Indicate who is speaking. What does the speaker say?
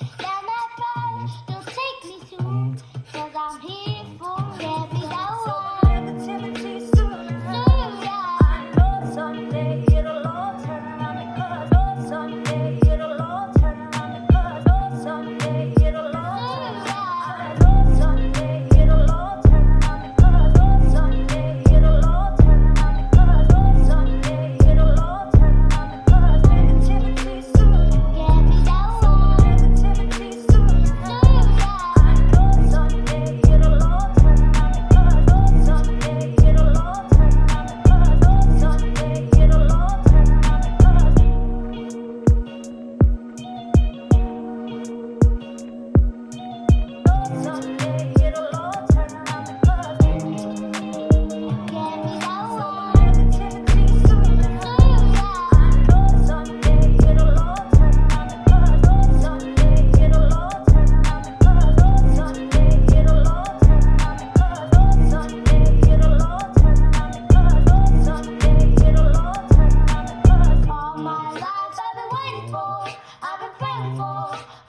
Speaker 1: down that road. You'll take me soon, cause I'm here for every hour. Soon, yeah. Soon, yeah. Every hour. Soon, yeah. Every hour. Soon, yeah. All my life I've been waiting for, I've been praying for,